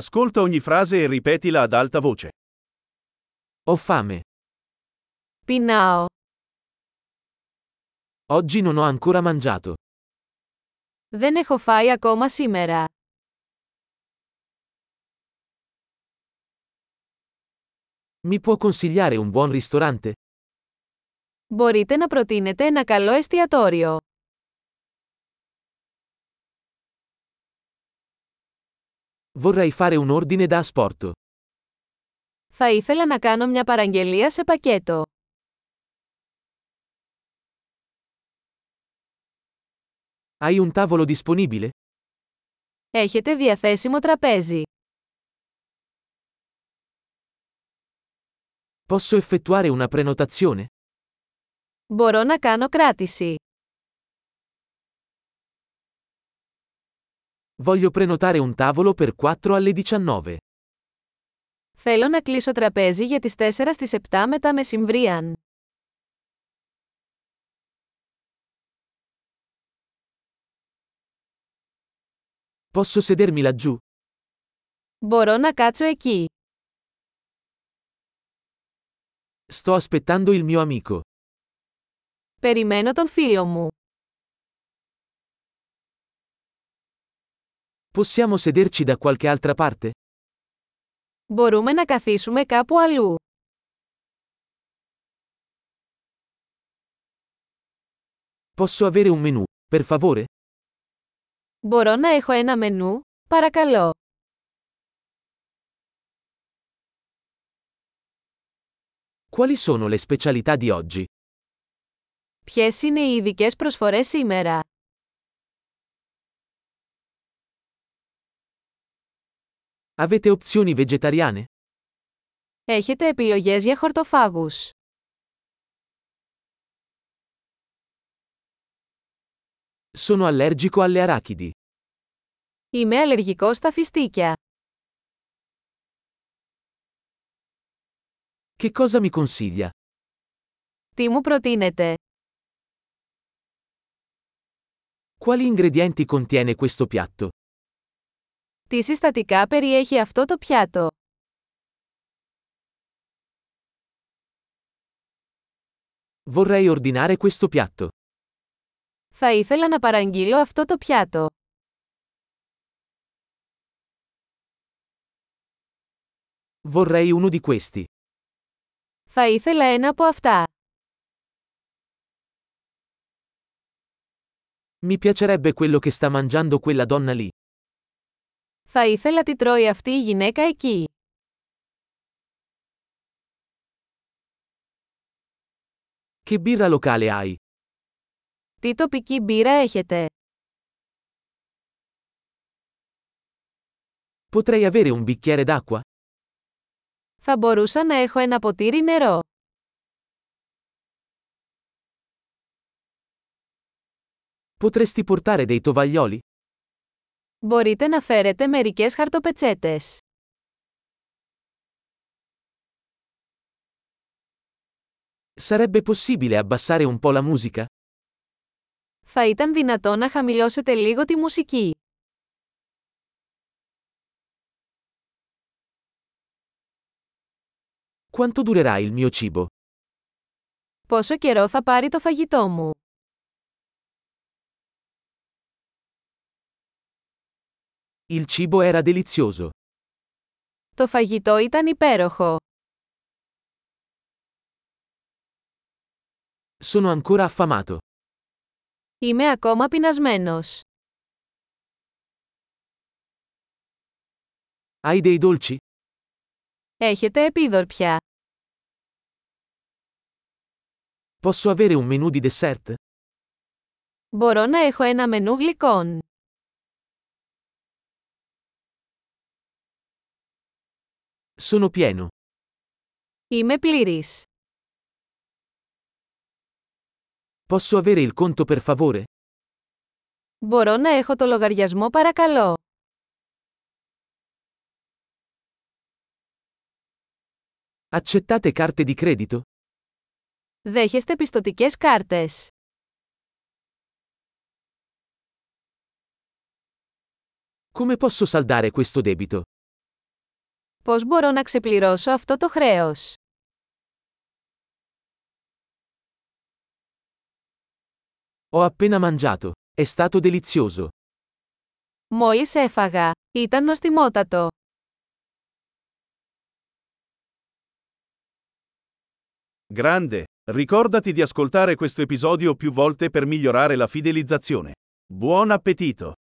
Ascolta ogni frase e ripetila ad alta voce. Ho fame. Πεινάω. Oggi non ho ancora mangiato. Δεν έχω φάει ακόμα σήμερα. Mi può consigliare un buon ristorante? Μπορείτε να προτείνετε ένα καλό εστιατόριο. Vorrei fare un ordine da asporto. Θα ήθελα να κάνω μια παραγγελία σε πακέτο. Hai un tavolo disponibile? Έχετε διαθέσιμο τραπέζι. Posso effettuare una prenotazione? Μπορώ να κάνω κράτηση. Voglio prenotare un tavolo per 4 alle 19. Θέλω να κλείσω τραπέζι για τις 4 στις 7 μετά μεσημβρίαν. Posso sedermi laggiù? Μπορώ να κάτσω εκεί. Sto aspettando il mio amico. Περιμένω τον φίλο μου. Possiamo sederci da qualche altra parte? Μπορούμε να καθίσουμε κάπου αλλού. Posso avere un menù, per favore? Μπορώ να έχω ένα μενού, παρακαλώ. Quali sono le specialità di oggi? Ποιες είναι οι ειδικέ προσφορές σήμερα. Avete opzioni vegetariane? Έχετε επιλογές για χορτοφάγους. Sono allergico alle arachidi. Είμαι αλλεργικό στα φιστίκια. Che cosa mi consiglia? Τι μου προτείνετε. Quali ingredienti contiene questo piatto? Τι συστατικά περιέχει αυτό το πιάτο. Vorrei ordinare questo piatto. Θα ήθελα να παραγγείλω αυτό το πιάτο. Vorrei uno di questi. Θα ήθελα ένα από αυτά. Mi piacerebbe quello che sta mangiando quella donna lì. Θα ήθελα τι τρώει αυτή η γυναίκα εκεί. Che birra locale hai? Τι τοπική μπύρα έχετε. Potrei avere un bicchiere d'acqua? Θα μπορούσα να έχω ένα ποτήρι νερό. Potresti portare dei tovaglioli? Μπορείτε να φέρετε μερικές χαρτοπετσέτες. Sarebbe possibile abbassare un po' la musica? Θα ήταν δυνατό να χαμηλώσετε λίγο τη μουσική. Quanto durerà il mio cibo? Πόσο καιρό θα πάρει το φαγητό μου. Il cibo era delizioso. Το φαγητό ήταν υπέροχο. Sono ancora affamato. Είμαι ακόμα πεινασμένος. Hai dei dolci? Έχετε επίδορπια. Posso avere un menù di dessert? Μπορώ να έχω ένα μενού γλυκών. Sono pieno. Είμαι πλήρης. Posso avere il conto per favore? Μπορώ να έχω το λογαριασμό παρακαλώ. Accettate carte di credito? Δέχεστε πιστοτικές κάρτες. Come posso saldare questo debito? Πώς μπορώ να ξεπληρώσω αυτό το χρέος. Ho appena mangiato. È stato delizioso. Μόλις έφαγα. Ήταν νοστιμότατο. Grande! Ricordati di ascoltare questo episodio più volte per migliorare la fidelizzazione. Buon appetito!